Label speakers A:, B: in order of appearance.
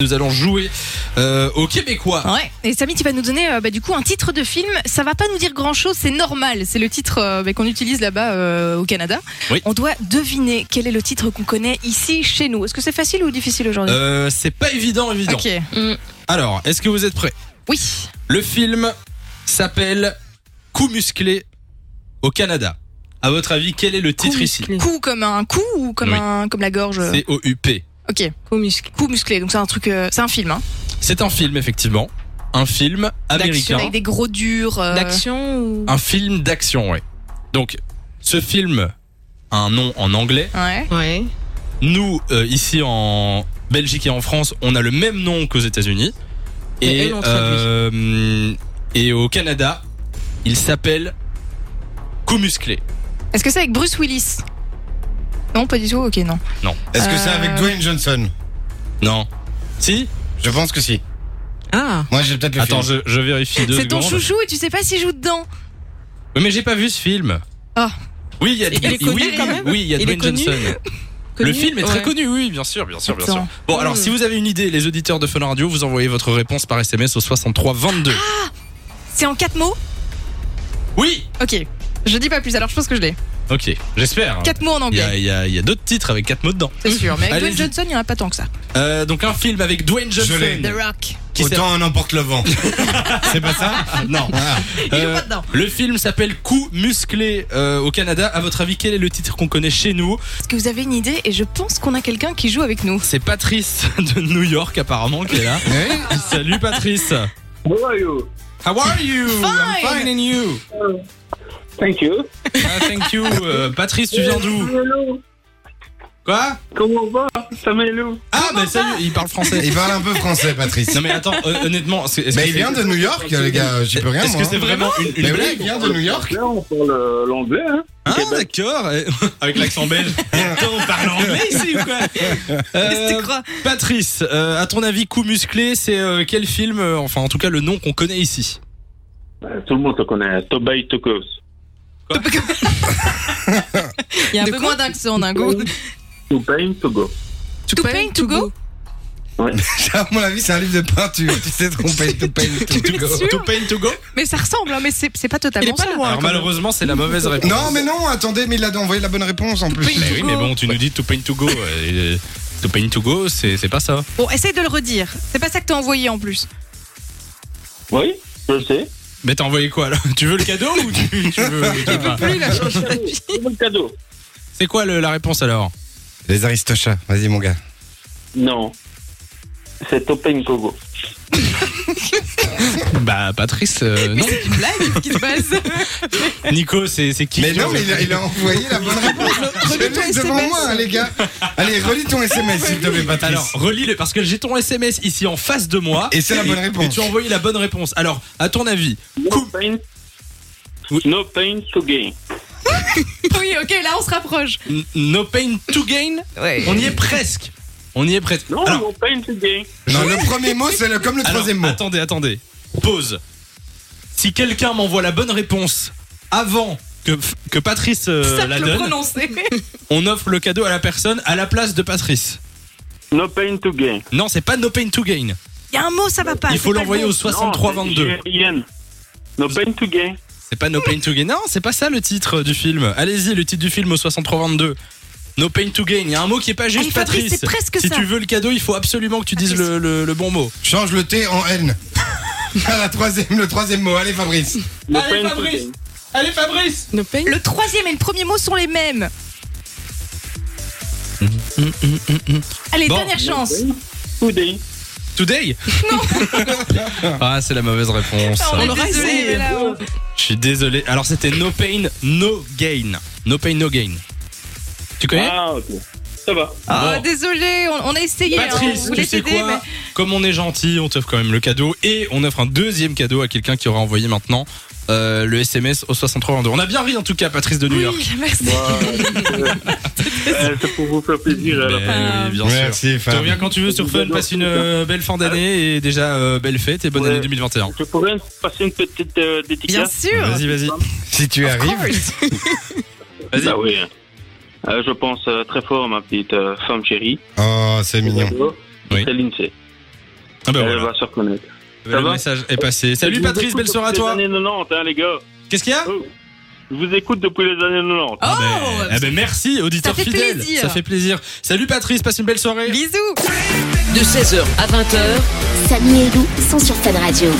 A: Nous allons jouer euh, au Québécois.
B: Ouais. Et Samy, tu vas nous donner euh, bah, du coup un titre de film. Ça va pas nous dire grand chose, c'est normal. C'est le titre euh, bah, qu'on utilise là-bas euh, au Canada.
A: Oui.
B: On doit deviner quel est le titre qu'on connaît ici chez nous. Est-ce que c'est facile ou difficile aujourd'hui
A: Euh, c'est pas évident, évident.
B: Ok.
A: Alors, est-ce que vous êtes prêts
B: Oui.
A: Le film s'appelle Coup musclé au Canada. À votre avis, quel est le titre ici
B: Coup comme un coup ou comme
A: Oui.
B: un comme la gorge. euh,
A: C'est O-U-P.
B: Ok. Coup musclé. Coup musclé. Donc c'est un truc, euh, c'est un film. Hein.
A: C'est un film, effectivement. Un film américain.
B: Avec des gros durs. euh,
C: d'action ou
A: Un film d'action, ouais. Donc, ce film a un nom en anglais.
B: Ouais.
C: ouais
A: Nous, euh, ici en Belgique et en France, on a le même nom qu'aux États-Unis.
C: Mais
A: Et,
C: eux l'ont traduit.
A: euh, et au Canada, il s'appelle Coup musclé.
B: Est-ce que c'est avec Bruce Willis Non, pas du tout. Ok, non.
A: Non.
D: Est-ce que c'est
B: Euh,
D: avec Dwayne Johnson
A: Non. Si
D: Je pense que si.
C: ah
D: Moi, j'ai peut-être le
A: Attends,
D: film.
A: je, je vérifie deux
B: C'est ton
A: secondes.
B: chouchou et tu sais pas s'il joue dedans.
A: Oui, mais j'ai pas vu ce film.
B: Ah.
A: Oui, il y a,
C: Il est connu,
A: oui,
C: quand même
A: oui, il y a
C: Il est
A: Dwayne
C: connu.
A: Johnson.
C: Connu,
A: Le film est très
C: ouais.
A: connu, oui, bien sûr, bien sûr, bien sûr.
B: Attends.
A: Bon, alors
C: Mm.
A: si vous avez une idée, les auditeurs de Fun Radio, vous envoyez votre réponse par SMS au 63 22.
C: Ah.
B: C'est en quatre mots.
A: Oui
B: Ok. Je dis pas plus. Alors je pense que je l'ai.
A: Ok, j'espère.
B: Quatre mots en
A: Il y
B: anglais.
A: a, il y a- il y a d'autres titres avec quatre mots dedans.
B: C'est sûr, mais avec Dwayne
A: Allez-y.
B: Johnson, il n'y en a pas tant que ça.
A: Euh, donc un film avec Dwayne Johnson.
D: l'ai. The
B: Rock.
A: qui s'appelle-
D: Autant un emporte le vent. c'est pas ça
A: Non. Euh, le film s'appelle Coup musclé euh, au Canada. À votre avis, quel est le titre qu'on connaît chez nous
B: Est-ce que vous avez une idée Et je pense qu'on a quelqu'un qui joue avec nous.
A: C'est Patrice de New York apparemment qui est là. Salut Patrice.
E: How are you?
A: How are you? I'm fine and you.
E: Thank you.
A: Ah, thank you. Euh, Patrice, tu viens d'où Quoi
E: Comment va Samelou
A: Ah bah ça, y est, il parle français.
D: Il parle un peu français, Patrice.
A: Non mais attends, hon- honnêtement, c'est- est-ce
D: Mais
A: que
D: il
A: c'est-
D: vient de New York, les gars. J'y peux rien,
A: Est-ce
D: moi. hein.
A: que c'est vraiment hein. une, une
D: Mais oui,
A: blague
D: il vient de New York.
E: Là, on parle euh, l'anglais, hein
A: Ah d'accord. Eh, Avec l'accent belge. Attends, on parle anglais ici ou quoi Euh, Patrice, euh, à ton avis, coup musclé, c'est euh, quel film euh, Enfin, en tout cas, le nom qu'on connaît ici.
E: Euh, Tout le monde te connaît. Tobey Tokos.
B: Il y a un peu moins d'accent d'un goût.
E: Tobey Togo.
B: Oh, To pain, to go
D: À mon avis, c'est un livre de peinture. Tu t'es trompé. Tout pain, tout
B: Tu
D: go.
B: es sûr
A: To Pain to Go
B: Mais ça ressemble, hein, mais c'est c'est pas totalement ça.
A: Alors malheureusement, c'est la mauvaise réponse.
D: Non, mais non, attendez, mais il a envoyé la bonne réponse en plus.
B: Oui.
A: Mais
B: To
A: oui,
B: go.
A: mais bon, tu nous dis To Pain to Go. euh, et to Pain to Go, c'est c'est pas ça.
B: Bon, essaye de le redire. C'est pas ça que t'as envoyé en plus.
E: Oui, je le sais.
A: Mais t'as envoyé quoi alors Tu veux le cadeau ou tu, tu veux tu veux pas
B: Plus la chose.
E: C'est mon cadeau.
A: C'est quoi le- la réponse alors
D: Les Aristochats, vas-y, mon gars.
E: Non. C'est Tobey Togo.
A: Bah Patrice, euh, non.
B: une blague qui se passe.
A: Nico, c'est c'est qui
D: Mais
A: tu
D: non,
A: vois
D: mais il a, il a envoyé la bonne réponse. Je l'ai
B: ton
D: devant
B: SMS.
D: moi, hein, les gars. Allez, relis ton SMS, s'il te plaît, Patrice.
A: Alors, relis-le parce que j'ai ton SMS ici en face de moi.
D: Et c'est la bonne
A: Et
D: réponse.
A: tu as envoyé la bonne réponse. Alors, à ton avis,
E: No
A: Coup-
E: pain.
A: Oui.
E: No pain to gain.
B: Oui, ok, là on se rapproche.
A: n- no pain to gain
B: Ouais.
A: On y est presque. On y est presque.
E: Non,
A: Alors,
E: no pain to gain.
D: Non, le premier mot, c'est le- comme le
A: alors,
D: troisième mot.
A: attendez, attendez. Pause. Si quelqu'un m'envoie la bonne réponse avant que, que Patrice euh,
B: Ça,
A: la
B: je le
A: donne,
B: prononcer.
A: on offre le cadeau à la personne à la place de Patrice.
E: No pain to gain.
A: Non, c'est pas no pain to gain.
B: Il y a un mot, ça va pas.
A: Il faut
B: c'est pas
A: l'envoyer
B: le
A: au
B: mot.
E: Non,
A: 6322.
E: c'est G-A-I-N. No pain to gain.
A: C'est pas no pain to gain. Non, c'est pas ça le titre du film. Allez-y, le titre du film au 6322. No pain to gain. Il y a un mot qui est pas juste,
B: Allez, Fabrice,
A: Patrice.
B: c'est presque
A: Si
B: ça.
A: tu veux le cadeau, il faut absolument que tu dises
B: Patrice.
A: le, le- le bon mot.
D: Change le T en N. À la troisième, le troisième mot. Allez, Fabrice.
E: No
A: Allez,
E: pain to
A: Fabrice.
E: gain.
A: Allez, Fabrice
C: ne paye
B: Le troisième et le premier mot sont les mêmes. Allez,
A: Bon.
B: dernière chance.
E: Today.
A: Today Non Ah, c'est la mauvaise réponse.
B: Ah, on
C: l'aura
B: est désolé,
C: essayé.
B: mais là, on-
A: Je suis désolé. Alors, c'était no pain, no gain. No pain, no gain. Tu connais
E: Ah, ok. Ça va.
B: Ah,
A: Bon.
B: désolé, on, on a essayé. hein, on
A: Patrice,
B: voulait
A: tu sais
B: t'aider,
A: quoi
B: mais-
A: Comme on est gentil, on t'offre quand même le cadeau et on offre un deuxième cadeau à quelqu'un qui aura envoyé maintenant euh, le SMS au 6322. On a bien ri en tout cas, Patrice de New York.
B: Oui, merci.
E: Euh, C'est pour vous faire plaisir. à la fin.
A: Ben oui, bien sûr.
D: Merci,
A: Tu
D: Fab.
A: reviens quand tu veux sur Fun, passe une euh, belle fin d'année et déjà euh, belle fête et bonne
E: Ouais.
A: année 2021.
E: Je pourrais passer une petite euh, dédicace.
B: Bien sûr.
A: Vas-y, vas-y.
D: Si tu arrives,
A: Vas-y.
E: Bah oui. Euh, je pense euh, très fort à ma petite euh, femme chérie.
D: oh, c'est mignon.
E: D'abord,
A: Oui.
E: Céline C.
A: Ah bah
E: Elle
A: voilà.
E: va se reconnaître.
A: Le
E: Eh ça va
A: message est passé. Salut
E: Je vous
A: Patrice,
E: écoute
A: belle soirée à
E: depuis
A: toi.
E: Les années 90, hein, les gars.
A: Qu'est-ce qu'il y a
E: Oh, Je vous écoute depuis les années 90.
A: Ah ben,
C: Oh,
A: eh ben merci, auditeur
B: Ça fait
A: fidèle.
B: plaisir.
A: Ça fait plaisir. Salut Patrice, passe une belle soirée.
B: Bisous
C: De 16h à 20h,
F: Samy et Lou sont sur Fun Radio.